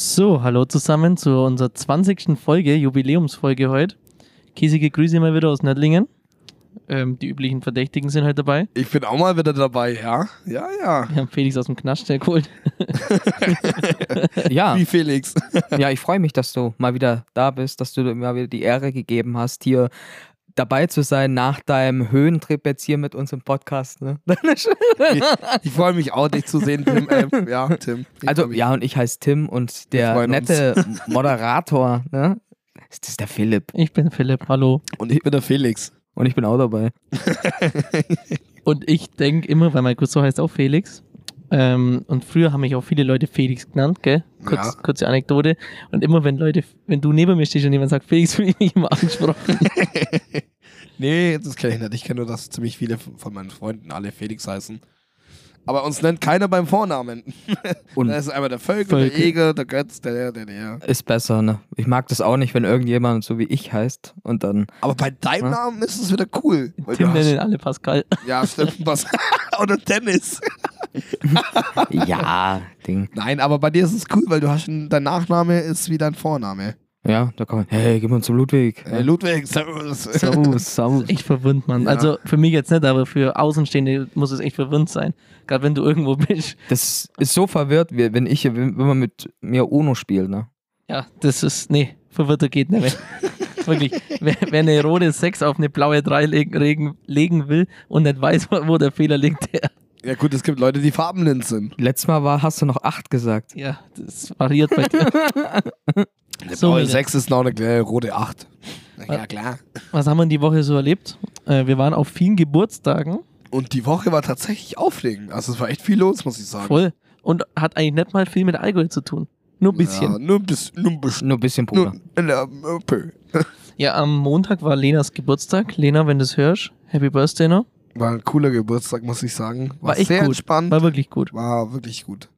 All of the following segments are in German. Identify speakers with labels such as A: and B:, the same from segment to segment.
A: So, hallo zusammen zu unserer 20. Folge, Jubiläumsfolge heute. Käsige Grüße mal wieder aus Nördlingen. Ähm, die üblichen Verdächtigen sind heute dabei.
B: Ich bin auch mal wieder dabei, ja? Ja, ja.
A: Wir haben Felix aus dem Knast hergeholt.
C: Ja,
B: Wie Felix.
C: ja, ich freue mich, dass du mal wieder da bist, dass du dir mal wieder die Ehre gegeben hast, hier dabei zu sein nach deinem Höhentrip jetzt hier mit uns im Podcast. Ne?
B: Ich freue mich auch, dich zu sehen, Tim. Ähm, ja, Tim. Ich freu
C: Also,
B: mich.
C: ja, und ich heiße Tim und der
B: freuen uns.
C: nette Moderator, ne? Ist das der Philipp?
A: Ich bin Philipp, hallo.
B: Und ich bin der Felix.
C: Und ich bin auch dabei.
A: Und ich denke immer, weil mein Cousin heißt auch Felix. Ähm, und früher haben mich auch viele Leute Felix genannt, gell? Kurz,
B: Ja.
A: Kurze Anekdote. Und immer wenn Leute, wenn du neben mir stehst und jemand sagt Felix, fühle ich mich immer angesprochen.
B: Nee, das kenne ich nicht. Ich kenne nur, dass ziemlich viele von meinen Freunden alle Felix heißen. Aber uns nennt keiner beim Vornamen. Da
C: Und
B: ist einmal der Völkel, der
A: Völkel.
B: Egel, der Götz, der, der, der, der.
C: ist besser, ne? Ich mag das auch nicht, wenn irgendjemand so wie ich heißt und dann.
B: Aber bei deinem
C: Ja.
B: Namen ist es wieder cool. Weil
A: Tim
B: du hast-
A: nennen alle Pascal.
B: Ja, stimmt. Was? Oder Dennis.
C: Ja, Ding.
B: Nein, aber bei dir ist es cool, weil du hast einen, dein Nachname ist wie dein Vorname.
C: Ja, da kommt. Hey, gib uns zum Ludwig.
B: Äh, Ludwig, servus.
C: Servus, servus.
A: Echt verwirrend, Mann.
B: Ja.
A: Also für mich jetzt nicht, aber für Außenstehende muss es echt verwirrend sein. Gerade wenn du irgendwo bist.
C: Das ist so verwirrt, wie- wenn ich, wenn wenn man mit mir UNO spielt, ne?
A: Ja, das ist, nee, verwirrter geht nicht mehr. Wirklich, wer, wer eine rote 6 auf eine blaue 3 legen, legen, legen will und nicht weiß, wo der Fehler liegt, der,
B: Ja gut, es gibt Leute, die farbenblind sind.
C: Letztes Mal war, hast du noch 8 gesagt.
A: ja, das variiert bei dir.
B: Eine
A: So,
B: blaue
A: Leute.
B: 6 ist noch eine kleine rote 8. Ja, klar.
A: Was haben wir die Woche so erlebt? Äh, wir waren auf vielen Geburtstagen,
B: Und die Woche war tatsächlich aufregend. Also es war echt viel los, muss ich sagen.
A: voll, und hat eigentlich nicht mal viel mit Alkohol zu tun. Nur ein bisschen.
B: Ja, nur ein bisschen. Nur ein bisschen.
C: Nur ein bisschen
B: Nur,
C: Bruder.
B: na, äh, pö.
A: Ja, am Montag war Lenas Geburtstag. Lena, wenn du es hörst, Happy Birthday noch.
B: War ein cooler Geburtstag, muss ich sagen. War,
A: War echt
B: sehr
A: gut.
B: entspannt.
A: War wirklich gut.
B: War wirklich gut.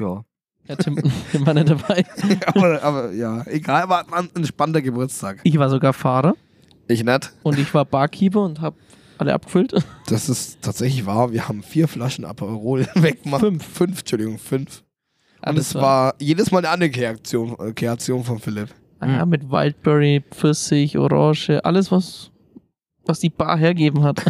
C: Ja.
A: Ja, Tim, Tim war nicht dabei.
B: aber, aber ja, egal, war war ein entspannter Geburtstag.
A: Ich war sogar Fahrer
B: Ich nett.
A: und ich war Barkeeper und habe alle abgefüllt.
B: Das ist tatsächlich wahr. Wir haben vier Flaschen Aperol weggemacht.
A: Fünf.
B: Fünf, Entschuldigung, fünf. Und
A: Alles
B: es war jedes Mal eine andere Kreation, äh, Kreation von Philipp.
A: Ah Ja, mit Wildberry, Pfirsich, Orange, alles, was, was die Bar hergeben hat.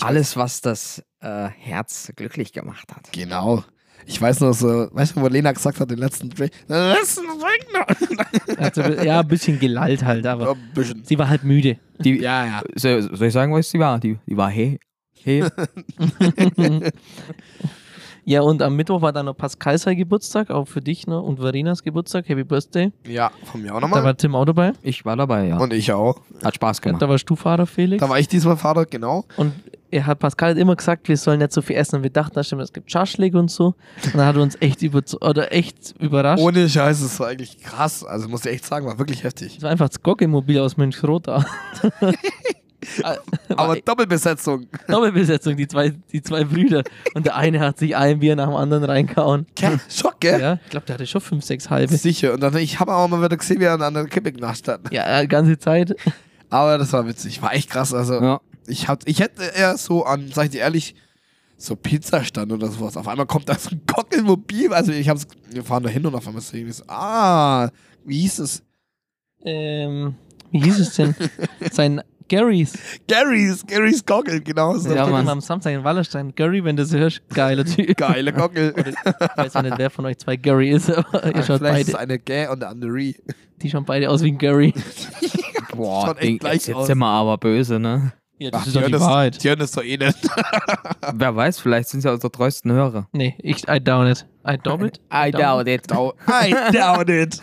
C: Alles, was das äh, Herz glücklich gemacht hat.
B: Genau. Ich weiß noch so, weißt du, wo Lena gesagt hat, den letzten "Äh, Drink. Den letzten Drink noch.
A: Also, ja, ein bisschen gelallt halt,
B: Ja,
A: aber
B: ein bisschen.
A: sie war halt müde.
C: Die,
B: Ja, ja.
C: soll, soll ich sagen, was die war? Die, die war hey. Hey.
A: Mhm. Ja, und am Mittwoch war dann noch Pascal sein Geburtstag, auch für dich, ne? Und Verenas Geburtstag, Happy Birthday.
B: Ja, von mir auch
A: Da
B: nochmal.
A: war Tim auch dabei.
C: Ich war dabei, ja.
B: Und ich auch.
C: Hat Spaß gemacht.
A: Da warst du Fahrer, Felix.
B: Da war ich diesmal Vater, genau.
A: Und er hat Pascal hat immer gesagt, wir sollen nicht so viel essen. Und wir dachten, da stimmt, es gibt Schaschlik und so. Und dann hat er uns echt, über oder echt überrascht.
B: Ohne Scheiß, es war eigentlich krass. Also muss ich echt sagen, war wirklich heftig.
A: es war einfach das Gockelmobil aus Mönchsrot da.
B: Aber Doppelbesetzung.
A: Doppelbesetzung, die zwei, die zwei Brüder. Und der eine hat sich ein Bier nach dem anderen reingehauen.
B: Ke- Schock, gell?
A: Ja, ich glaube, der hatte schon fünf, sechs halbe.
B: Sicher. Und dann, ich habe auch mal wieder gesehen, wie er an der Kippe genascht hat.
A: Ja, die ganze Zeit.
B: Aber das war witzig. War echt krass. Also
C: ja.
B: ich, hab, ich hätte eher so an, sag ich dir ehrlich, so Pizzastand oder sowas. Auf einmal kommt da so ein Gockelmobil. Also ich hab's, wir fahren da hin und auf einmal sehen wir so, ah, wie hieß es?
A: Ähm, wie hieß es denn? Sein Garys.
B: Gary's, Gary's Gockel, genau. So.
A: Der
C: Ja,
A: steht
C: Mann.
A: immer am Samstag in Wallerstein. Gary, wenn du das hörst, geiler Typ.
B: Geile Gockel.
A: Ich weiß auch nicht, wer von euch zwei Gary ist, aber ihr
B: Ah,
A: schaut
B: Vielleicht ist
A: beide,
B: eine Gay und der andere Re.
A: die schauen beide aus wie ein Gary.
C: Boah,
B: schaut echt
C: Ding,
B: gleich
C: jetzt, jetzt
B: aus.
C: sind wir aber böse, ne?
A: Ja,
B: Ach, hören die hören das doch eh nicht.
C: Wer weiß, vielleicht sind sie ja unsere treuesten Hörer.
A: Nee, ich, I doubt it. I doubt it.
C: it.
B: Dau- I doubt it.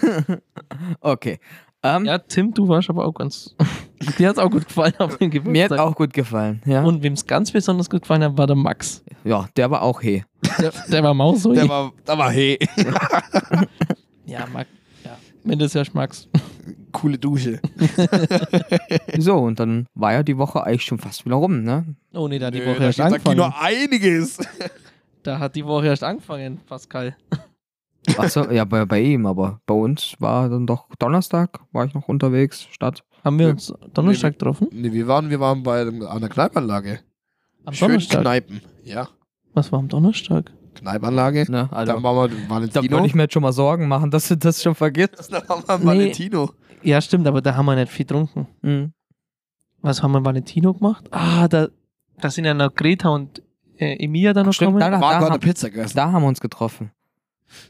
C: Okay. Ähm,
A: Ja, Tim, du warst aber auch ganz. Dir hat es auch gut gefallen auf dem Geburtstag.
C: mir hat auch gut gefallen. Ja.
A: Und wem es ganz besonders gut gefallen hat, war der Max.
C: ja, der war auch hey.
A: Der, der war Maus so.
B: Der war, da war hey.
A: ja, Max. Ja. Wenn du es hörst, Max.
B: Coole Dusche.
C: So, und dann war ja die Woche eigentlich schon fast wieder rum, ne?
A: Oh nee, da hat die
B: Nö,
A: Woche
B: da
A: erst
B: geht- da geht
A: angefangen.
B: nur einiges.
A: Da hat die Woche erst angefangen, Pascal.
C: Achso, ja, bei, bei ihm, aber bei uns war dann doch Donnerstag, war ich noch unterwegs, Stadt.
A: Haben wir uns Donnerstag getroffen?
B: Nee, wir waren, wir waren bei dem- an der Kneipanlage.
A: Am
B: Schön
A: Donnerstag.
B: Kneipen. Ja.
A: Was war am Donnerstag?
B: Kneipanlage.
C: Ne? Also,
B: Dann waren wir
C: da
B: Valentino.
C: würde ich mir jetzt schon mal Sorgen machen, dass du das schon vergisst.
B: Dann waren wir
A: Nee.
B: Valentino.
A: Ja, stimmt, aber da haben wir nicht viel getrunken.
C: Mhm.
A: Was haben wir in Valentino gemacht? Ah, da, da sind ja noch Greta und äh, Emilia da noch
C: Stimmt,
A: gekommen.
C: da,
B: War
C: da,
B: gerade eine
C: haben,
B: Pizza gegessen.
C: da haben wir uns getroffen.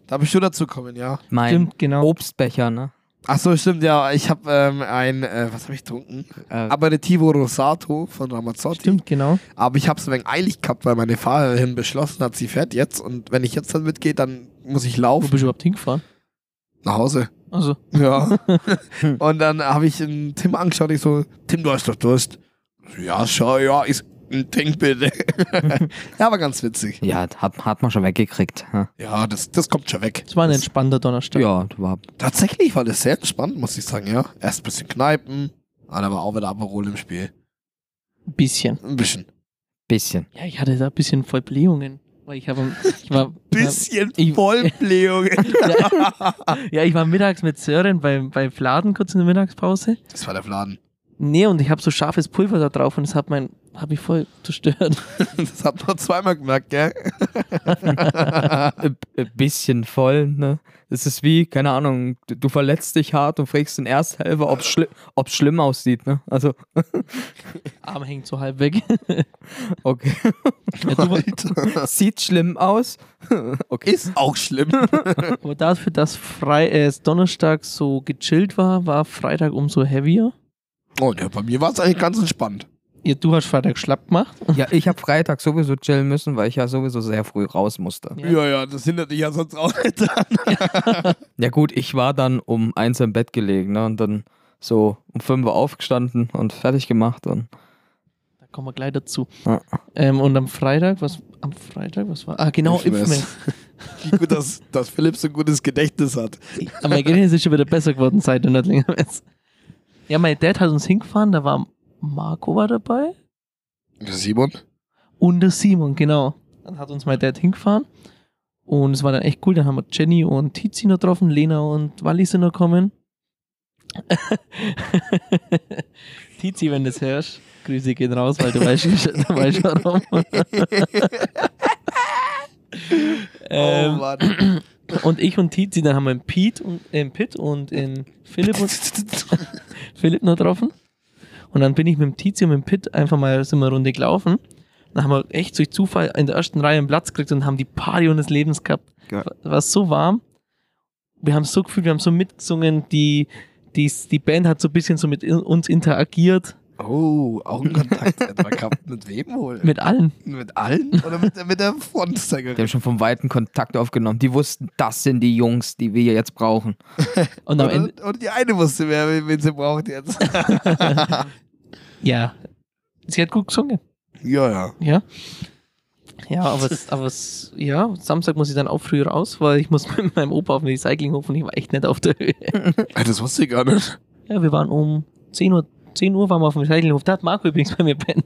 B: Da bist du dazu gekommen, ja.
C: Mein
A: Stimmt, genau.
C: Obstbecher, ne?
B: Ach so, stimmt, ja. Ich habe ähm, ein, äh, was habe ich getrunken?
C: Äh,
B: Aperitivo Rosato von Ramazzotti.
A: Stimmt, genau.
B: Aber ich habe es ein wenig eilig gehabt, weil meine Fahrerin beschlossen hat, sie fährt jetzt. Und wenn ich jetzt dann mitgehe, dann muss ich
A: Wo
B: laufen
A: bist du überhaupt hingefahren?
B: nach Hause.
A: Also,
B: Ja. und dann habe ich den Tim angeschaut. Ich so, Tim, du hast doch Durst. Ja, schau, ja. Ich so, "Ein Trink bitte. ja, war ganz witzig.
C: ja, hat, hat man schon weggekriegt. Ja,
B: Ja, das, das kommt schon weg.
A: es war ein entspannter Donnerstag.
C: ja das war
B: Tatsächlich war das sehr entspannt, muss ich sagen, ja. Erst ein bisschen Kneipen, ah, da war auch wieder Aperol im Spiel.
A: Ein bisschen.
B: Ein bisschen.
C: bisschen.
A: Ja, ich hatte da ein bisschen voll Blähungen. Weil ich habe. Ich war, Ich-
B: Vollblähung.
A: ja, ich war mittags mit Sören beim, beim Fladen kurz in der Mittagspause.
B: das war der Fladen.
A: Nee, und ich habe so scharfes Pulver da drauf und es hat mein. hat mich voll zerstört.
B: Das hat man zweimal gemerkt, gell?
C: Ein Äh, bisschen voll, ne? Es ist wie, keine Ahnung, du, du verletzt dich hart und fragst den Ersthelfer, ob es schli ob's schlimm aussieht, ne? Also,
A: Arm hängt so halb weg.
C: okay.
A: Ja, du,
B: Alter.
C: Sieht schlimm aus. okay.
B: Ist auch schlimm.
A: aber dafür, dass Frei, äh, es Donnerstag so gechillt war, war Freitag umso heavier.
B: Oh, ja, bei mir war es eigentlich ganz entspannt.
A: Ja, du hast Freitag schlapp gemacht.
C: Ja, ich habe Freitag sowieso chillen müssen, weil ich ja sowieso sehr früh raus musste.
A: Ja.
B: ja, das hindert dich ja sonst auch nicht dran.
C: Ja gut, ich war dann um eins im Bett gelegen, ne? Und dann so um fünf Uhr aufgestanden und fertig gemacht und
A: Da kommen wir gleich dazu.
C: Ja.
A: Ähm, und am Freitag, was am Freitag, was war? Ah, genau, Impfmess.
B: Wie gut, dass, dass Philipp so ein gutes Gedächtnis hat.
A: Aber mein Gedächtnis ist schon wieder besser geworden seit der Nördlingermess. Ja, mein Dad hat uns hingefahren, da war Marco war dabei
B: Simon?
A: und der Simon, genau. Dann hat uns mein Dad hingefahren und es war dann echt cool. Dann haben wir Jenny und Tizi noch getroffen, Lena und Walli sind noch gekommen. Tizi, wenn du das hörst, Grüße gehen raus, weil du weißt, du weißt warum.
B: oh
A: ähm,
B: Mann.
A: Und ich und Tizi, dann haben wir in Pete und in Pitt und in Philipp und Philipp noch getroffen. Und dann bin ich mit dem Tizi und mit dem Pitt einfach mal sind wir eine Runde gelaufen. Dann haben wir echt durch Zufall in der ersten Reihe einen Platz gekriegt und haben die Party unseres Lebens gehabt.
C: Geil.
A: War, war so warm. Wir haben so gefühlt, wir haben so mitgesungen, die, die, die Band hat so ein bisschen so mit in, uns interagiert.
B: Oh, Augenkontakt etwa gehabt. Mit wem wohl?
A: Mit allen.
B: Mit allen? Oder mit, der- mit der Frontsängerin?
C: die haben schon vom Weiten Kontakt aufgenommen. Die wussten, das sind die Jungs, die wir jetzt brauchen.
A: Und am Ende,
B: oder, oder die eine wusste, wer wen- wen sie braucht jetzt.
A: ja, sie hat gut gesungen.
B: ja, ja.
A: Ja. Ja, aber, es, aber es, ja, Samstag muss ich dann auch früh raus, weil ich muss mit meinem Opa auf den Recyclinghof und ich war echt nicht auf der Höhe.
B: Das wusste ich gar nicht.
A: Ja, wir waren um 10 Uhr, 10 Uhr waren wir auf dem Recyclinghof. Da hat Marco übrigens bei mir pennen.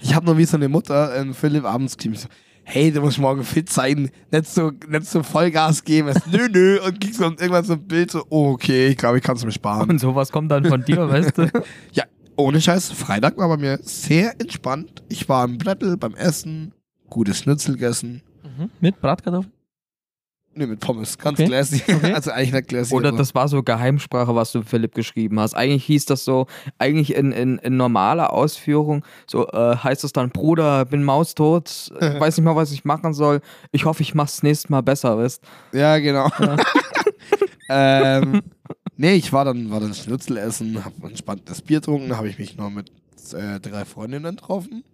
B: Ich habe noch wie so eine Mutter, ähm, Philipp abends geschrieben, so, hey, du musst morgen fit sein, nicht so, nicht so Vollgas geben. Es, nö, nö. Und kriegst dann irgendwann so ein Bild so, oh, okay, ich glaube, ich kann es mir sparen.
C: Und sowas kommt dann von dir, weißt du?
B: Ja, ohne Scheiß, Freitag war bei mir sehr entspannt. Ich war am Brettel beim Essen, gutes Schnitzel gegessen.
A: Mit Bratkartoffeln?
B: Nee, mit Pommes, ganz
A: Okay.
B: classy.
A: Okay.
B: Also eigentlich nicht classy.
C: Oder
B: aber-
C: das war so Geheimsprache, was du Philipp geschrieben hast. Eigentlich hieß das so, eigentlich in, in, in normaler Ausführung, so äh, heißt es dann, Bruder, bin maustot, äh, weiß nicht mal, was ich machen soll. Ich hoffe, ich mach's nächstes Mal besser, weißt
B: Ja, genau.
A: Ja.
B: ähm, nee, ich war dann, war dann Schnitzel essen, hab entspanntes Bier getrunken, habe ich mich noch mit äh, drei Freundinnen getroffen.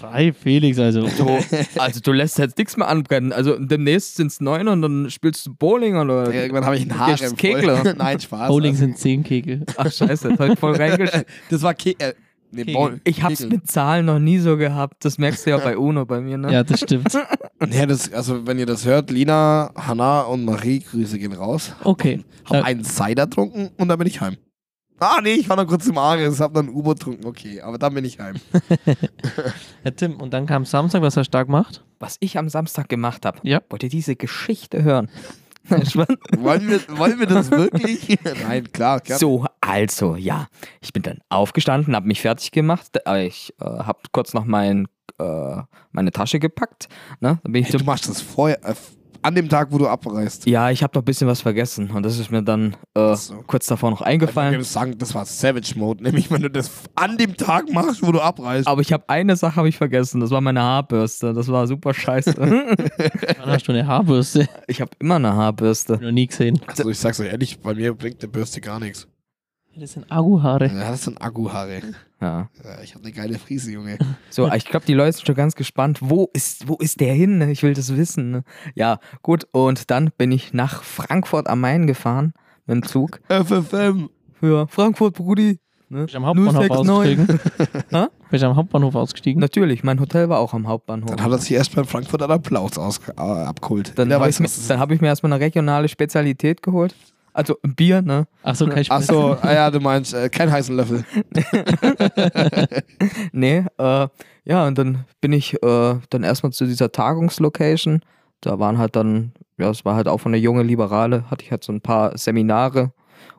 A: Drei Felix, also.
C: du. Also du lässt jetzt nichts mehr anbrennen. Also demnächst sind's neun und dann spielst du Bowling oder...
B: Irgendwann habe ich einen
C: Gehst
B: Haaren
C: Kegler?
B: voll. Nein, Spaß.
A: Bowling
B: Also,
A: sind 10 Kegel.
C: Ach scheiße, das hat voll reingesch...
B: das war Ke äh, nee,
A: Kegel.
B: Bowl-
C: Ich hab's
B: Kegel.
C: mit Zahlen noch nie so gehabt. Das merkst du ja bei UNO bei mir, ne?
A: Ja, das stimmt.
B: Nee, das, also wenn ihr das hört, Lina, Hanna und Marie, Grüße gehen raus.
A: Okay.
B: Hab
A: Ja.
B: einen Cider getrunken und dann bin ich heim. Ah, nee, ich war noch kurz im Ares, hab dann ein U-Boot getrunken, okay, aber dann bin ich heim.
A: Ja, Tim, und dann kam Samstag, was er stark macht.
C: Was ich am Samstag gemacht habe.
A: Ja.
C: Wollt ihr diese Geschichte hören? Spannend.
B: wollen, wir, wollen wir das wirklich? Nein, klar, klar.
C: So, also, ja. Ich bin dann aufgestanden, habe mich fertig gemacht. Da- äh, Ich äh, habe kurz noch meinen äh, meine Tasche gepackt. Ne? Dann bin ich
B: Hey, du
C: zum,
B: machst das vorher, äh, an dem Tag, wo du abreist.
C: ja, ich habe noch ein bisschen was vergessen und das ist mir dann äh,
B: so.
C: kurz davor noch
B: Ich würde
C: eingefallen.
B: sagen, das war Savage Mode, nämlich wenn du das an dem Tag machst, wo du abreist.
C: Aber ich habe eine Sache habe ich vergessen. Das war meine Haarbürste. Das war super scheiße.
A: Dann hast du eine Haarbürste.
C: ich habe immer eine Haarbürste.
A: Noch nie gesehen.
B: Also ich sag's euch ehrlich, bei mir bringt der Bürste gar nichts.
A: Das sind Agu-Haare.
B: Ja, das sind Akkuhaare.
C: Ja.
B: Ja, ich hab eine geile Friese, Junge.
C: So, ich glaube, die Leute sind schon ganz gespannt. Wo ist, wo ist der hin? ne? Ich will das wissen. ne? Ja, gut. Und dann bin ich nach Frankfurt am Main gefahren mit dem Zug.
B: FFM.
C: Ja, Frankfurt, Brudi. Ne?
A: Bist du am Hauptbahnhof
C: 069.
A: ausgestiegen?
C: Hä?
A: Bist du am Hauptbahnhof ausgestiegen?
C: Natürlich, mein Hotel war auch am Hauptbahnhof.
B: Dann hat er sich erst beim Frankfurt an Applaus aus, äh, abgeholt.
C: Dann
B: Jeder
C: habe ich, mir-
B: was das
C: dann hab ich mir erstmal eine regionale Spezialität geholt. Also ein Bier, ne?
A: Achso, kein
B: ist. Ach
A: Spaß.
B: so, ah ja, du meinst, äh, kein heißen Löffel.
C: Nee, äh, ja, und dann bin ich äh, dann erstmal zu dieser Tagungslocation. Da waren halt dann, ja, es war halt auch von der junge Liberale, hatte ich halt so ein paar Seminare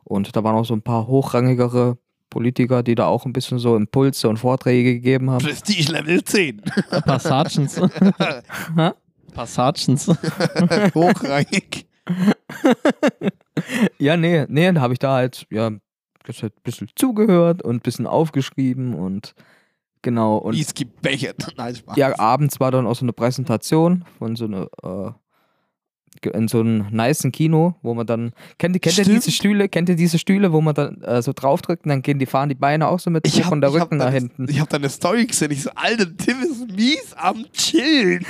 C: und da waren auch so ein paar hochrangigere Politiker, die da auch ein bisschen so Impulse und Vorträge gegeben haben.
B: Prestige Level 10.
A: Passagens. Passagens.
B: Hochrangig.
C: Ja, nee, nee, da habe ich da halt, ja, das halt ein bisschen zugehört und ein bisschen aufgeschrieben und genau. Und
B: Mies gebechert. Nein, Spaß.
C: Ja, abends war dann auch so eine Präsentation von so einer, äh, ge- in so einem nicen Kino, wo man dann, kennt, ihr- kennt ihr
B: Stimmt.
C: diese Stühle, kennt ihr diese Stühle, wo man dann äh, so draufdrückt und dann gehen die, fahren die Beine auch so mit
B: ich hab,
C: von der
B: ich hab
C: Rücken nach
B: deine-
C: hinten.
B: Ich hab deine Story gesehen. Ich so, alter, Tim ist mies am Chillen.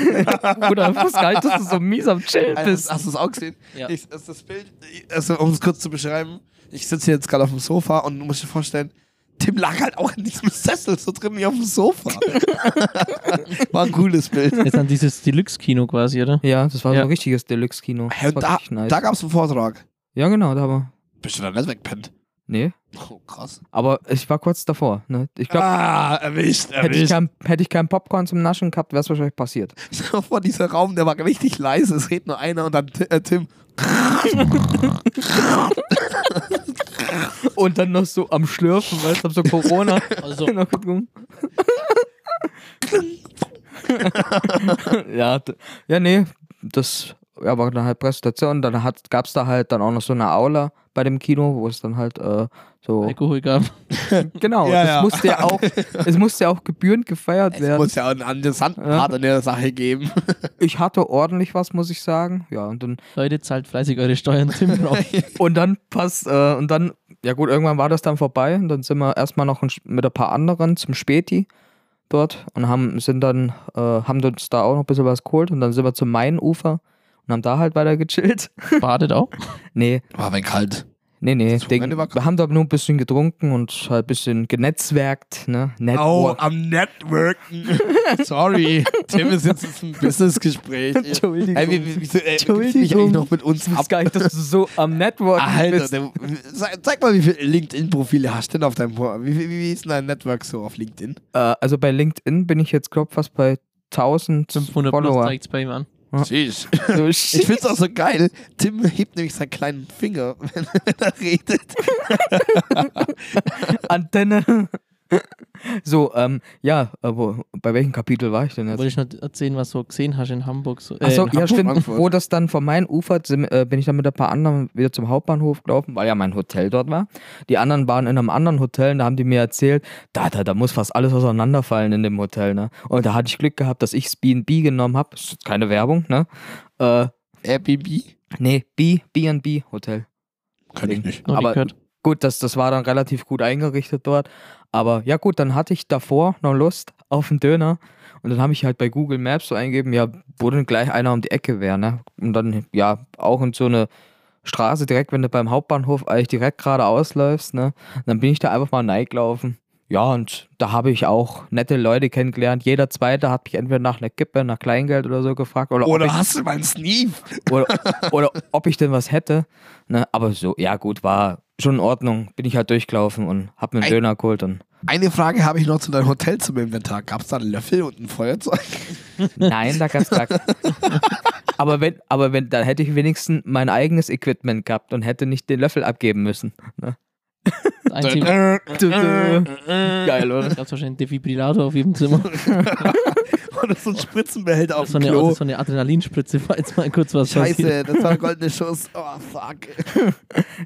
C: Bruder, ich wusste gar nicht, dass du so mies am Chillen
B: Alter,
C: bist.
B: Hast du es auch gesehen?
A: Ja.
B: Ich, das, das Bild, ich- also um es kurz zu beschreiben, ich sitze hier jetzt gerade auf dem Sofa und du musst dir vorstellen, Tim lag halt auch in diesem Sessel so drin wie auf dem Sofa. War ein cooles Bild.
A: Jetzt an dieses Deluxe-Kino quasi, oder?
C: Ja, das war
A: Ja.
C: so ein richtiges Deluxe-Kino.
B: Hey,
C: Das
B: und
C: war
B: da
C: richtig nice.
B: da gab es einen Vortrag.
C: Ja, genau, da war.
B: Bist du dann nicht wegpennt?
C: Nee,
B: Oh, krass.
C: aber ich war kurz davor. Ne? Ich glaube,
B: ah, erwischt,
C: hätte, ich
B: erwischt.
C: kein, hätte ich kein Popcorn zum Naschen gehabt, wäre es wahrscheinlich passiert.
B: Stell dir vor, dieser Raum, der war richtig leise. Es redet nur einer und dann Ti- äh, Tim.
C: Und dann noch so am Schlürfen, weißt du, hab so Corona.
A: Also,
C: Noch gut rum. ja, d- ja, nee, das ja, war dann halt Präsentation. Dann gab es da halt dann auch noch so eine Aula bei dem Kino, wo es dann halt äh, so.
A: Alkohol gab.
C: Genau,
B: Ja,
C: es,
B: ja.
C: Musste ja auch, es musste ja auch gebührend gefeiert
B: Es
C: werden.
B: muss ja einen interessanten Part an der Sache geben.
C: Ich hatte ordentlich was, muss ich sagen. Ja, und dann
A: Leute, zahlt fleißig eure Steuern. Tim braucht
C: Und dann passt, äh, und dann, ja gut, irgendwann war das dann vorbei und dann sind wir erstmal noch ein, mit ein paar anderen zum Späti dort und haben sind dann, äh, haben uns da auch noch ein bisschen was geholt und dann sind wir zum Mainufer und haben da halt weiter gechillt.
A: badet auch.
C: Nee,
B: War wenn kalt.
C: nee, nee.
B: Das Wochenende
C: Ding,
B: war
C: wir haben da nur ein bisschen getrunken und halt ein bisschen genetzwerkt, ne?
B: Oh,
C: Network.
B: am Networken. Sorry, Tim ist jetzt in einem Businessgespräch.
C: Entschuldigung.
B: Ey, wie- wie- wieso, ey, gibt's äh, dich
C: Entschuldigung.
B: eigentlich noch mit uns
C: Ich
B: ab?
C: wusste gar nicht, dass du so am Network
B: Alter,
C: bist.
B: der, zeig, zeig mal, wie viele LinkedIn-Profile hast du denn auf deinem Pro- wie, wie, wie ist denn dein Network so auf LinkedIn?
C: Äh, also bei LinkedIn bin ich jetzt, glaub fast bei 1000
A: 500 plus
C: Also Follower.
A: zeigt es bei ihm an.
C: Ja.
B: Sheesh.
C: So,
B: Ich find's auch so geil. Tim hebt nämlich seinen kleinen Finger, wenn er redet.
C: Antenne. So, ähm, ja, äh, wo, bei welchem Kapitel war ich denn
A: Wollte ich
C: jetzt?
A: noch erzählen, was du gesehen hast in Hamburg. So, äh,
C: Achso,
A: in
C: Also ja,
B: Hamburg,
C: stimmt.
B: Frankfurt.
C: Wo das dann von meinem Ufer sind, äh, bin ich dann mit ein paar anderen wieder zum Hauptbahnhof gelaufen, weil ja mein Hotel dort war. Die anderen waren in einem anderen Hotel und da haben die mir erzählt, da, da, da muss fast alles auseinanderfallen in dem Hotel, ne? Und da hatte ich Glück gehabt, dass ich's B&B genommen habe. Ist keine Werbung, ne? Äh,
B: Airbnb?
C: nee, B, B&B Hotel.
B: Kann
C: ich
A: Hamburg.
B: nicht.
A: Noch nie
C: aber-
A: gehört.
C: Gut, das, das war dann relativ gut eingerichtet dort. Aber ja gut, dann hatte ich davor noch Lust auf einen Döner. Und dann habe ich halt bei Google Maps so eingegeben, ja, wo denn gleich einer um die Ecke wäre, ne? Und dann, ja, auch in so eine Straße direkt, wenn du beim Hauptbahnhof eigentlich direkt geradeaus läufst, ne? Und dann bin ich da einfach mal neigelaufen. Ja, und da habe ich auch nette Leute kennengelernt. Jeder Zweite hat mich entweder nach einer Kippe, nach Kleingeld oder so gefragt. Oder, ob,
B: Oder
C: ich,
B: hast du meinen Sneef?
C: oder, oder ob ich denn was hätte. Ne? Aber so, ja gut, war schon in Ordnung. Bin ich halt durchgelaufen und hab mir einen
B: Ein-
C: Döner geholt. Und
B: Eine Frage habe ich noch zu deinem Hotel zum Inventar. Gab's da einen Löffel und ein Feuerzeug?
C: Nein, da gab's gar Aber wenn, aber wenn, dann hätte ich wenigstens mein eigenes Equipment gehabt und hätte nicht den Löffel abgeben müssen. Ne?
A: Ein Team.
C: Geil, oder?
A: Da gab's wahrscheinlich einen Defibrillator auf jedem Zimmer.
B: Und das ist so ein Spritzenbehälter auf
A: So
B: dem
A: eine, also
B: Klo.
A: so eine Adrenalinspritze, falls mal kurz was passiert.
B: Scheiße, das war ein goldener Schuss. Oh, fuck.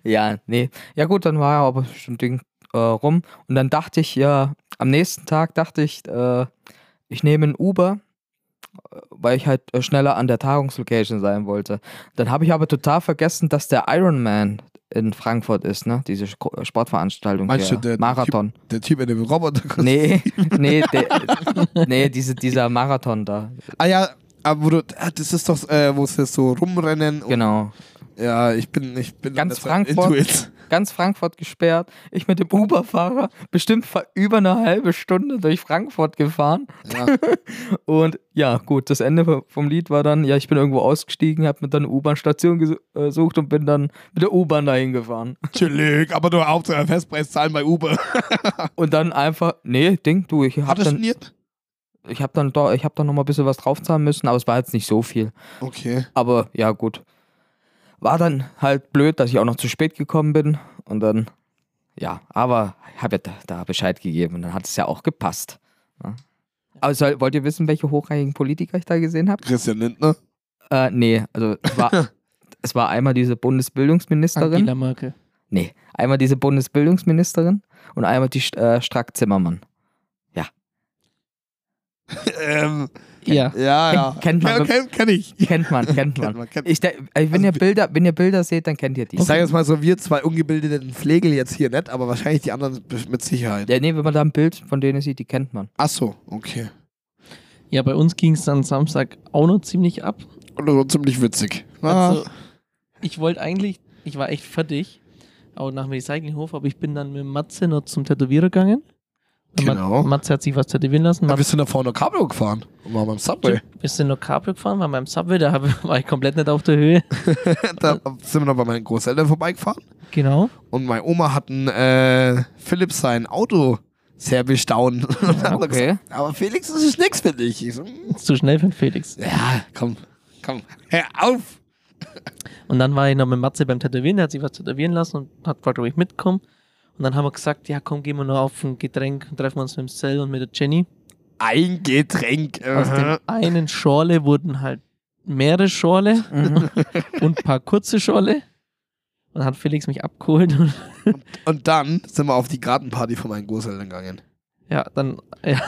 C: Ja, nee. Ja gut, dann war ja aber schon Ding äh, rum. Und dann dachte ich ja, am nächsten Tag dachte ich, äh, ich nehme ein Uber, äh, weil ich halt äh, schneller an der Tagungslocation sein wollte. Dann habe ich aber total vergessen, dass der Ironman in Frankfurt ist, ne? Diese Sk- äh, Sportveranstaltung.
B: Meinst
C: hier.
B: du der
C: Marathon?
B: Der Typ in dem Roboter.
C: Nee, nee, der, nee diese, dieser Marathon da.
B: Ah ja, aber wo du, ah, das ist doch, äh, wo sie so rumrennen. Und,
C: Genau.
B: ja, ich bin, ich bin
C: Ganz
B: in letzter Zeit
C: Frankfurt.
B: into it.
C: Ganz Frankfurt gesperrt. Ich mit dem Uber-Fahrer bestimmt fa- über eine halbe Stunde durch Frankfurt gefahren.
B: Ja.
C: Und ja, gut, das Ende vo- vom Lied war dann, ja, ich bin irgendwo ausgestiegen, habe mir dann eine U-Bahn-Station gesu- äh, gesucht und bin dann mit der U-Bahn dahin gefahren.
B: Chillig, aber nur Hauptsache Festpreiszahlen bei Uber.
C: Und dann einfach, nee, Ding, du, ich
B: Hat
C: habe
B: das
C: dann,
B: schniert?
C: ich hab dann, doch- ich hab dann nochmal ein bisschen was draufzahlen müssen, aber es war jetzt nicht so viel.
B: Okay.
C: Aber ja, gut. War dann halt blöd, dass ich auch noch zu spät gekommen bin. Und dann, ja, aber habe ja da, da Bescheid gegeben und dann hat es ja auch gepasst. Ja. Aber soll, wollt ihr wissen, welche hochrangigen Politiker ich da gesehen habe?
B: Christian Lindner.
C: Äh, nee, also es war, es war einmal diese Bundesbildungsministerin.
A: Angela Merkel.
C: Nee, einmal diese Bundesbildungsministerin und einmal die St- äh, Strack-Zimmermann.
B: Ähm,
A: Ja.
B: ja, ja.
C: Kennt man.
B: Ja, kenn, kenn ich.
C: Kennt man, kennt
B: Kennt
C: man.
B: man, kennt
C: Ich, de- äh, wenn,
B: Also
C: ihr
B: wir-
C: Bilder, wenn ihr Bilder seht, dann kennt ihr die.
B: Ich sage jetzt mal so, wir zwei ungebildeten Pflegel jetzt hier nicht, aber wahrscheinlich die anderen be- mit Sicherheit.
C: Ja, nee, wenn man da ein Bild von denen sieht, die kennt man.
B: Ach so, okay.
A: Ja, bei uns ging es dann Samstag auch noch ziemlich ab.
B: Und das war ziemlich witzig. Ah. äh,
A: Also, ich wollte eigentlich, ich war echt fertig, auch nach dem Recyclinghof, aber ich bin dann mit Matze noch zum Tätowierer gegangen. Weil Ma-
B: Genau.
A: Matze hat sich was tätowieren lassen.
B: Ah,
A: Matze
B: wir sind da vorne nach Cabrio gefahren und waren beim Subway.
A: wir sind noch Cabrio gefahren, waren beim Subway, da hab- war ich komplett nicht auf der Höhe.
B: da sind wir noch bei meinen Großeltern vorbeigefahren
A: Genau.
B: und meine Oma hat einen, äh, Philipp sein Auto sehr bestaunt. Und hat noch
C: Okay.
B: gesagt, Aber Felix, das ist nichts für dich. Ich so, "Mm,
A: Ist zu schnell für den Felix.
B: ja, komm, komm, hör auf.
A: Und dann war ich noch mit Matze beim Tätowieren, der hat sich was tätowieren lassen und hat gefragt, ob ich mitkomme. Und dann haben wir gesagt, ja komm, gehen wir noch auf ein Getränk und treffen wir uns mit dem Cell und mit der Jenny.
B: Ein Getränk. äh,
A: Aus
B: aha.
A: dem einen Schorle wurden halt mehrere Schorle und ein paar kurze Schorle. Und dann hat Felix mich abgeholt und
B: Und dann sind wir auf die Gartenparty von meinen Großeltern gegangen.
A: ja, dann ja,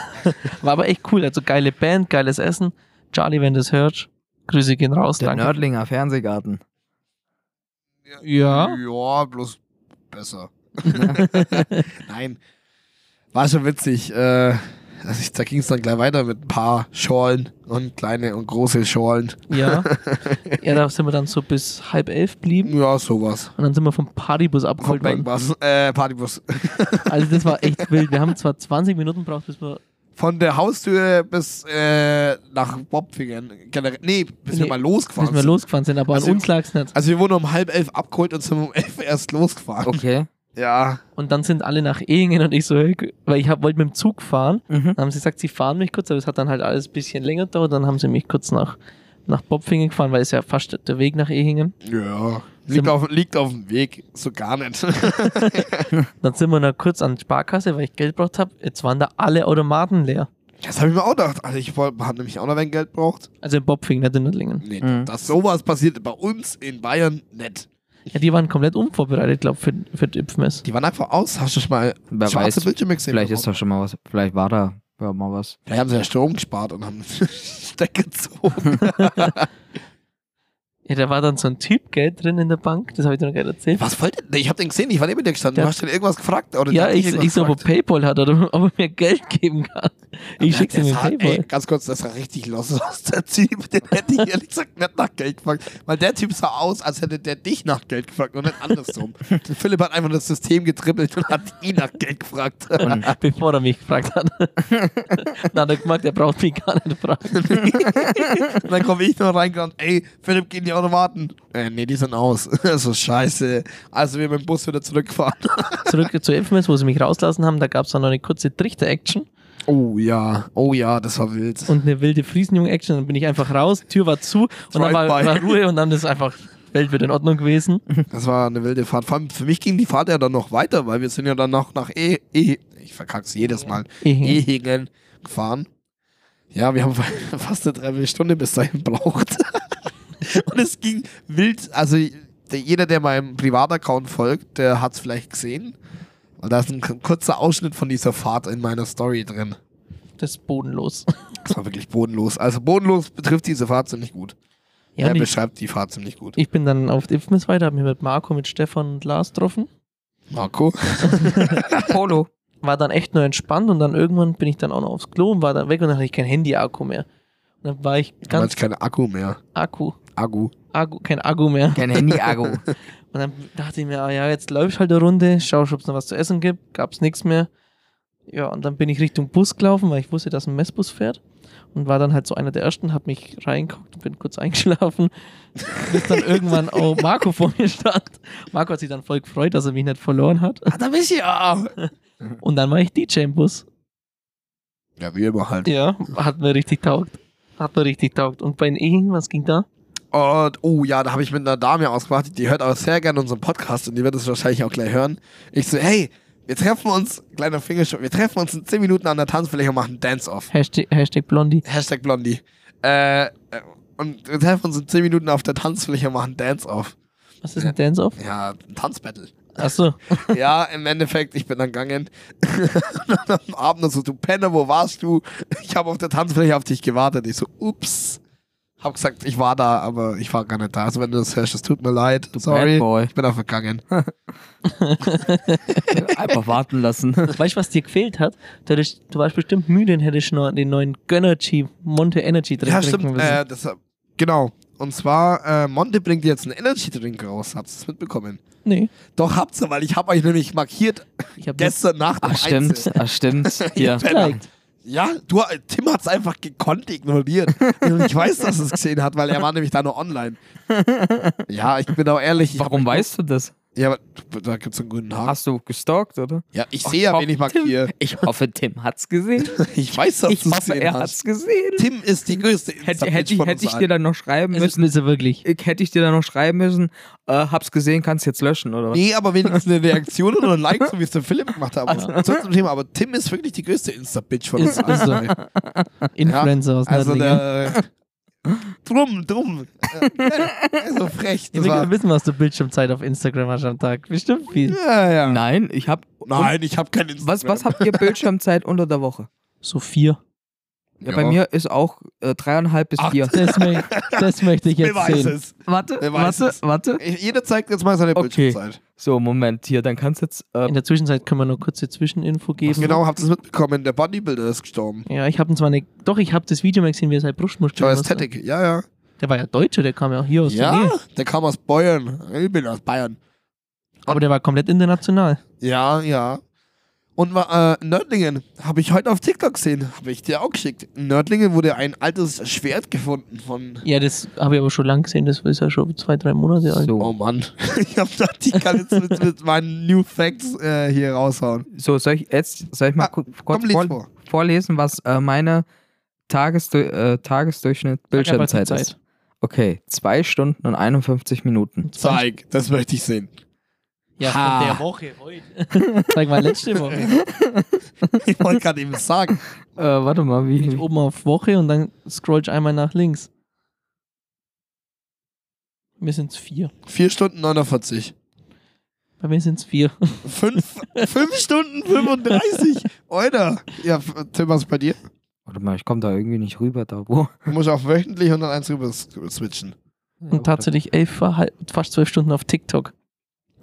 A: war aber echt cool. Also geile Band, geiles Essen. Charlie, wenn das hört, Grüße gehen raus.
C: Der
A: danke.
C: Nördlinger Fernsehgarten.
A: Ja.
B: Ja, bloß besser. Nein. War schon witzig. Äh, also ich, da ging es dann gleich weiter mit ein paar Schorlen und kleine und große Schorlen.
A: Ja. ja, da sind wir dann so bis halb elf blieben
B: Ja, sowas.
A: und dann sind wir vom Partybus
B: Von
A: abgeholt worden.
B: Bankbus, äh, Partybus.
A: Also das war echt wild. Wir haben zwar 20 Minuten gebraucht, bis wir
B: Von der Haustür bis äh, nach Bobfingern. Generell, nee, bis wir
A: Nee,
B: mal
A: bis
B: losgefahren
A: wir
B: sind.
A: losgefahren sind, aber
B: Also-
A: an uns lag's nicht.
B: Also wir wurden um halb elf abgeholt und sind um elf erst losgefahren.
C: Okay.
B: Ja.
A: Und dann sind alle nach Ehingen und ich so, hey, weil ich hab- wollte mit dem Zug fahren.
C: Mhm.
A: Dann haben sie gesagt, sie fahren mich kurz, aber es hat dann halt alles ein bisschen länger gedauert. Dann haben sie mich kurz nach, nach Bopfingen gefahren, weil es ja fast der Weg nach Ehingen.
B: Ja.
A: Sind-
B: Liegt auf, liegt auf dem Weg. So gar nicht.
A: Dann sind wir noch kurz an die Sparkasse, weil ich Geld braucht hab Jetzt waren da alle Automaten leer.
B: Das habe ich mir auch gedacht. Also ich wollte- hat nämlich auch noch, wenn Geld braucht.
A: Also in Bopfingen, nicht in Nördlingen.
B: Nee,
C: Mhm.
B: dass sowas passiert bei uns in Bayern nicht.
A: Ja, die waren komplett unvorbereitet, glaube für, für die Impfmess.
B: Die waren einfach aus. Hast du schon mal
C: Wer
B: schwarze
C: weiß,
B: Bildschirme gesehen?
C: Vielleicht ist da schon mal was. Vielleicht war da ja, mal was.
B: Vielleicht haben sie ja Strom gespart und haben Stecker gezogen.
A: Ja, da war dann so ein Typ, gell, drin in der Bank. Das habe ich dir noch gar nicht erzählt.
B: Was wollte der? Ich habe den gesehen, ich war neben dir gestanden.
A: Der-
B: du hast den irgendwas gefragt. Oder
A: Ja,
B: der hat dich
A: ich,
B: irgendwas
A: ich so, ob er
B: gefragt.
A: Paypal hat oder ob er mir Geld geben kann. Ich
B: Ja,
A: schick's ihm
B: das
A: mit
B: hat-
A: Paypal.
B: Ey, ganz kurz, das war richtig los aus der Typ. Den hätte ich ehrlich gesagt nicht nach Geld gefragt. Weil der Typ sah aus, als hätte der dich nach Geld gefragt und nicht andersrum. Der Philipp hat einfach das System getrippelt und hat ihn nach Geld gefragt.
A: Bevor er mich gefragt hat. Dann hat er gemerkt, er braucht mich gar nicht fragen.
B: Und dann komme ich noch reingerannt, ey, Philipp, gehen die Automaten? Äh, nee, die sind aus. so scheiße. Also wir mit dem Bus wieder zurückfahren.
A: Zurück zu Infamous, wo sie mich rauslassen haben, da gab es dann noch eine kurze Trichter-Action
B: Oh ja, oh ja, das war wild.
A: und eine wilde Friesenjung-Action. Dann bin ich einfach raus, Tür war zu und dann war,
B: Drive-by.
A: war Ruhe und dann ist einfach Welt wird in Ordnung gewesen.
B: Das war eine wilde Fahrt. Vor allem für mich ging die Fahrt ja dann noch weiter, weil wir sind ja dann noch nach E. e ich verkack's jedes Mal. Ehingen gefahren. Ja, wir haben fast eine Dreiviertelstunde bis dahin gebraucht. Und es ging wild. Also der, jeder, der meinem Privataccount folgt, der hat's vielleicht gesehen. Und da ist ein kurzer Ausschnitt von dieser Fahrt in meiner Story drin.
A: Das ist bodenlos.
B: Das war wirklich bodenlos. Also bodenlos betrifft diese Fahrt ziemlich gut.
A: Ja,
B: er
A: und ich,
B: beschreibt die Fahrt ziemlich gut.
A: ich bin dann auf Infamous weiter, habe mich mit Marco, mit Stefan und Lars getroffen.
B: Marco?
C: Polo.
A: war dann echt nur entspannt und dann irgendwann bin ich dann auch noch aufs Klo und war dann weg und dann hatte ich kein Handy-Akku mehr. Und dann war ich
B: Du
A: ganz
B: meinst keinen Akku mehr.
A: Akku,
B: Akku.
A: Akku, kein Akku mehr.
C: Kein Handy-Ago.
A: Und dann dachte ich mir, ah ja, jetzt läufst halt eine Runde, schaust, ob es noch was zu essen gibt, gab's nichts mehr. Ja, und dann bin ich Richtung Bus gelaufen, weil ich wusste, dass ein Messbus fährt. Und war dann halt so einer der ersten, hab mich reingeguckt und bin kurz eingeschlafen, bis dann irgendwann auch Marco vor mir stand. Marco hat sich dann voll gefreut, dass er mich nicht verloren hat.
B: Ah, da bist du ja.
A: Und dann war ich DJ im Bus.
B: Ja, wie immer halt.
A: Ja, hat mir richtig taugt. Hat mir richtig taugt. Und bei den Ehen, was ging da?
B: Und, oh ja, da habe ich mit einer Dame ausgemacht, die hört auch sehr gerne unseren Podcast und die wird es wahrscheinlich auch gleich hören. Ich so, hey, wir treffen uns, kleiner Fingerschub, wir treffen uns in 10 Minuten an der Tanzfläche und machen Dance-Off.
A: Hashtag, Hashtag Blondie.
B: Hashtag Blondie. Äh, äh, und wir treffen uns in 10 Minuten auf der Tanzfläche und machen Dance-Off.
A: Was ist ein Dance-Off?
B: Ja, ein Tanzbattle.
A: Achso,
B: ja, im Endeffekt, ich bin dann gegangen. und am Abend noch so, du Penner, wo warst du? Ich habe auf der Tanzfläche auf dich gewartet. Ich so, ups. Hab gesagt, ich war da, aber ich war gar nicht da. Also wenn du das hörst, es tut mir leid. Sorry.
C: Bad Boy.
B: Ich bin einfach gegangen.
C: Einfach warten lassen.
A: weißt du, was dir gefehlt hat? Du, hättest, du warst bestimmt müde und hättest noch den neuen Gönnergy Monte Energy drin
B: Ja,
A: trinken
B: stimmt.
A: müssen.
B: Äh, das, genau. Und zwar, äh, Monte bringt jetzt einen Energy-Drink raus. Habt ihr es mitbekommen?
A: nee,
B: Doch, habt ihr, weil ich habe euch nämlich markiert
A: ich habe das
B: gestern Nacht
C: Ach,
B: im
C: stimmt.
B: Einzel.
C: Ach, stimmt. Ja.
A: geliked.
B: Ja, du, Tim hat's einfach gekonnt ignoriert. Und ich weiß, dass es gesehen hat, weil er war nämlich da nur online. Ja, ich bin auch ehrlich. Ich
C: Warum weißt du das?
B: Ja, aber du- da gibt's einen guten Haken.
C: Hast du gestalkt, oder?
B: Ja, ich sehe ja,
C: Ach,
B: wen ich
C: Tim.
B: markiere.
C: Ich hoffe, Tim hat's gesehen.
B: Ich weiß, dass
C: Ich
B: du
C: hoffe,
B: gesehen
C: er
B: hast.
C: hat's gesehen.
B: Tim ist die größte
C: Hätte,
B: Insta-Bitch
C: hätte, ich-
B: von
C: hätte
B: uns
C: ich dir
B: allen.
C: dann noch schreiben
A: Es ist
C: müssen,
A: Nisse wirklich.
C: ich- hätte ich dir dann noch schreiben müssen, äh, hab's gesehen, kannst jetzt löschen, oder was?
B: Nee, aber wenigstens eine Reaktion oder ein Like, so wie es der Philipp gemacht hat. Aber zurück zum Thema. Aber Tim ist wirklich die größte Insta-Bitch von uns
A: Ist, ist
B: allen.
A: so. Influencer aus
B: Also
A: Nördlingen.
B: der... Drum, drum. Äh, so frech.
A: Ich
B: Das
A: will gerne
B: war,
A: wissen, was du Bildschirmzeit auf Instagram hast am Tag. Bestimmt viel.
B: ja, ja.
C: Nein, ich hab.
B: Nein, ich habe kein
C: Und
B: Instagram.
C: Was, was habt ihr Bildschirmzeit unter der Woche?
A: So vier.
C: Ja,
B: Ja.
C: Bei mir ist auch äh, dreieinhalb bis
B: Acht.
C: vier.
A: Das, mö das möchte ich
B: Wer
A: jetzt
B: weiß
A: sehen.
B: es?
C: Warte,
B: Wer weiß
C: warte,
B: es?
C: warte.
B: Ich- Jeder zeigt jetzt mal seine
C: Okay.
B: Bildschirmzeit.
C: So, Moment, hier, dann kannst jetzt. Äh,
A: In der Zwischenzeit können wir noch kurze Zwischeninfo geben.
B: Genau, habt ihr es mitbekommen? Der Bodybuilder ist gestorben.
A: Ja, ich habe zwar eine. Doch, ich habe das Video mal gesehen, wie er seine
B: Ich war
A: Brustmuskeln. musste.
B: Ästhetik, ja, ja.
A: Der war ja Deutscher, der kam ja auch hier aus der
B: Ja,
A: Nähe.
B: der kam aus Bayern. Ich bin aus Bayern.
A: Aber der war komplett international.
B: Ja, ja. Und war, äh, in Nördlingen habe ich heute auf TikTok gesehen. Habe ich dir auch geschickt. In Nördlingen wurde ein altes Schwert gefunden von.
A: Ja, das habe ich aber schon lang gesehen, das ist ja schon zwei, drei Monate alt.
B: Oh
C: so,
B: Mann. Ich habe gedacht, ich kann jetzt mit, mit meinen New Facts äh, hier raushauen.
C: so, soll ich jetzt, soll ich mal
B: Ah,
C: ku- kurz
B: Komm, lies
C: vor,
B: vor.
C: vorlesen, was äh, meine Tagesdu äh, Tagesdurchschnitt
A: Sag einfach die
C: Bildschirmzeit ist? Okay, zwei Stunden und 51 Minuten.
B: Zeig, das möchte ich sehen.
A: Ja,
B: Ha.
A: von der Woche, heute. Sag mal, letzte Woche.
B: Ich wollte gerade eben sagen.
C: Äh, warte mal,
A: Ich
C: wie.
A: oben auf Woche und dann scroll ich einmal nach links. Mir sind es vier.
B: 4 Stunden 49.
A: Bei mir sind es vier.
B: Fünf, fünf Stunden 35. Oder? Ja, F- Tim, was ist bei dir?
C: Warte mal, ich komme da irgendwie nicht rüber, da wo.
B: Du musst auf wöchentlich und dann eins rüber s- switchen.
A: Und tatsächlich elf, halb- fast zwölf Stunden auf TikTok.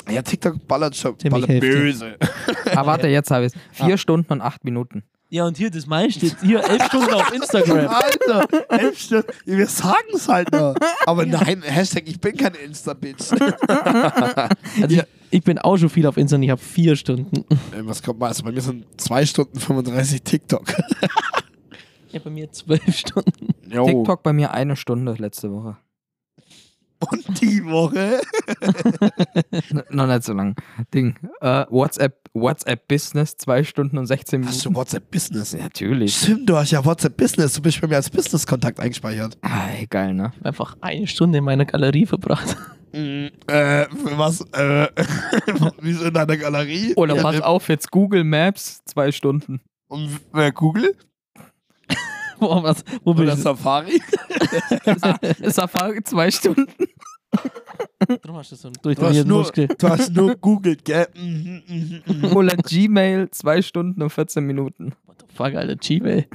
B: Ja, TikTok ballert schon.
A: Ziemlich
B: Ballert
A: heftig.
B: böse.
C: Ah, warte, jetzt habe ich es. Vier Stunden und acht Minuten.
A: Ja, und hier, das meiste steht hier elf Stunden auf Instagram.
B: Alter, elf Stunden. Ja, wir sagen es halt nur. Aber nein, Hashtag, ich bin kein Insta-Bitch.
A: Also ich, ich bin auch schon viel auf Instagram, ich habe vier Stunden.
B: Ey, was kommt mal? Also bei mir sind 2 Stunden 35 TikTok.
A: Ja, bei mir zwölf Stunden.
B: Jo.
C: TikTok bei mir eine Stunde letzte Woche.
B: Und die Woche.
C: N- Noch nicht so lang. Ding. Äh, WhatsApp, WhatsApp Business, zwei Stunden und 16
B: Hast
C: Minuten.
B: du WhatsApp-Business?
C: Natürlich.
B: Stimmt, du hast ja WhatsApp-Business. Du bist bei mir als Business-Kontakt eingespeichert.
C: Ah, geil, ne?
A: einfach eine Stunde in meiner Galerie verbracht.
B: Mm, äh, für was? Äh, wie so in einer Galerie?
C: Oder
B: ja,
C: pass
B: ne-
C: auf, jetzt Google Maps, zwei Stunden.
B: Und äh, Google?
A: Boah, was? Wo bin
B: Oder
A: ich?
B: Safari?
C: Safari, zwei Stunden.
A: Drum hast du so einen
B: Du hast,
A: durchtrainierten
B: nur,
A: Muskel.
B: du hast nur googelt, gell? Mhm, mhm, mhm.
C: Oder Gmail, zwei Stunden und 14 Minuten.
A: What the fuck, Alter, Gmail.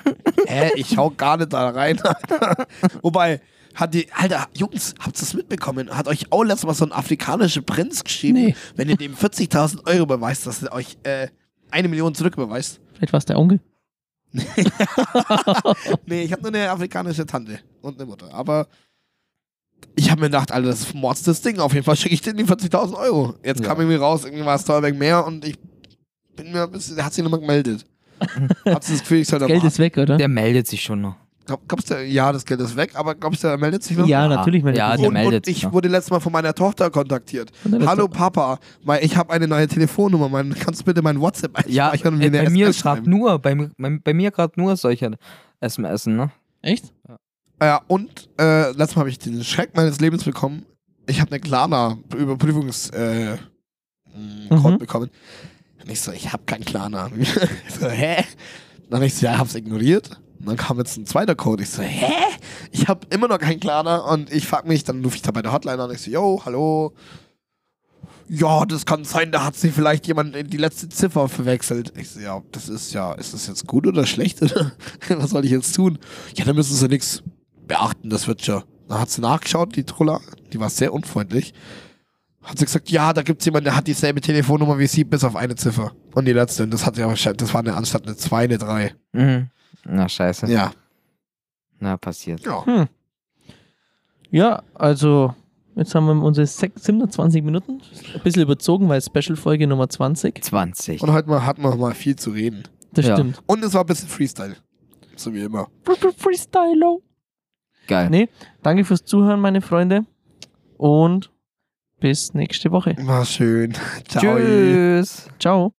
B: Hä, ich schau gar nicht da rein. Alter. Wobei, hat die, Alter, Jungs, habt ihr das mitbekommen? Hat euch auch letztes Mal so ein afrikanischer Prinz geschrieben,
A: Nee.
B: wenn ihr dem 40.000 Euro beweist, dass er euch äh, eine Million zurückbeweist?
A: Vielleicht war es der Onkel.
B: Nee, ich habe nur eine afrikanische Tante und eine Mutter. Aber ich habe mir gedacht, Alter, das ist mords das Ding. Auf jeden Fall schicke ich denen die 40.000 Euro. Jetzt kam irgendwie raus, irgendwie war es Teuerberg mehr und ich bin mir ein bisschen, da hat sich nochmal gemeldet. Habt ihr das Gefühl, ich soll da
A: Geld
B: mal-
A: ist weg, oder?
C: Der meldet sich schon noch.
B: Glaub- Glaubst du, ja, das Geld ist weg, aber glaubst du, er meldet sich noch?
A: ja, natürlich, meine
C: Ah. Ja,
A: ich.
C: der
B: und,
C: meldet
B: und ich
C: sich noch.
B: wurde letztes Mal von meiner Tochter kontaktiert.
A: Von deiner
B: Hallo Papa, mein, ich habe eine neue Telefonnummer. Mein, kannst du bitte mein WhatsApp
C: Ja,
B: einspeichern und mir
C: äh,
B: eine
C: bei mir
B: SMS
C: gerade
B: schreiben?
C: nur, bei, mir- bei, bei mir gerade nur solche SMS, ne?
A: Echt?
B: Ja, und äh, letztes Mal habe ich den Schreck meines Lebens bekommen. Ich habe eine Klana Überprüfungs äh, mh, Code
A: Mhm.
B: bekommen. Und ich so, ich habe keinen Klana. Ich so, hä? Dann ich so, ja, hab's ignoriert. Und dann kam jetzt ein zweiter Code. Ich so, hä? Ich habe immer noch keinen Klana und ich frag mich, dann rufe ich da bei der Hotline an. Ich so, yo, hallo. Ja, das kann sein, da hat sich vielleicht jemand in die letzte Ziffer verwechselt. Ich so, ja, das ist ja, ist das jetzt gut oder schlecht? Oder? Was soll ich jetzt tun? Ja, da müssen sie nichts beachten, das wird schon. Dann hat sie nachgeschaut, die Trulla, die war sehr unfreundlich. Hat sie gesagt, ja, da gibt's jemanden, der hat dieselbe Telefonnummer wie sie, bis auf eine Ziffer. Und die letzte, und das hat sie aber schein- das war eine anstatt eine 2, eine 3.
C: Mhm. Na, scheiße.
B: Ja.
C: Na, passiert.
B: ja.
A: Hm. Ja, also, jetzt haben wir unsere sech- 27 Minuten. Ein bisschen überzogen, weil Special-Folge Nummer 20.
C: 20.
B: Und heute mal hatten wir mal viel zu reden.
A: Das
C: Ja.
A: stimmt.
B: Und es war ein bisschen Freestyle. So wie immer.
A: Freestylo.
C: Geil.
A: Nee, danke fürs Zuhören, meine Freunde. Und bis nächste Woche.
B: War schön. Ciao.
C: Tschüss.
A: Ciao.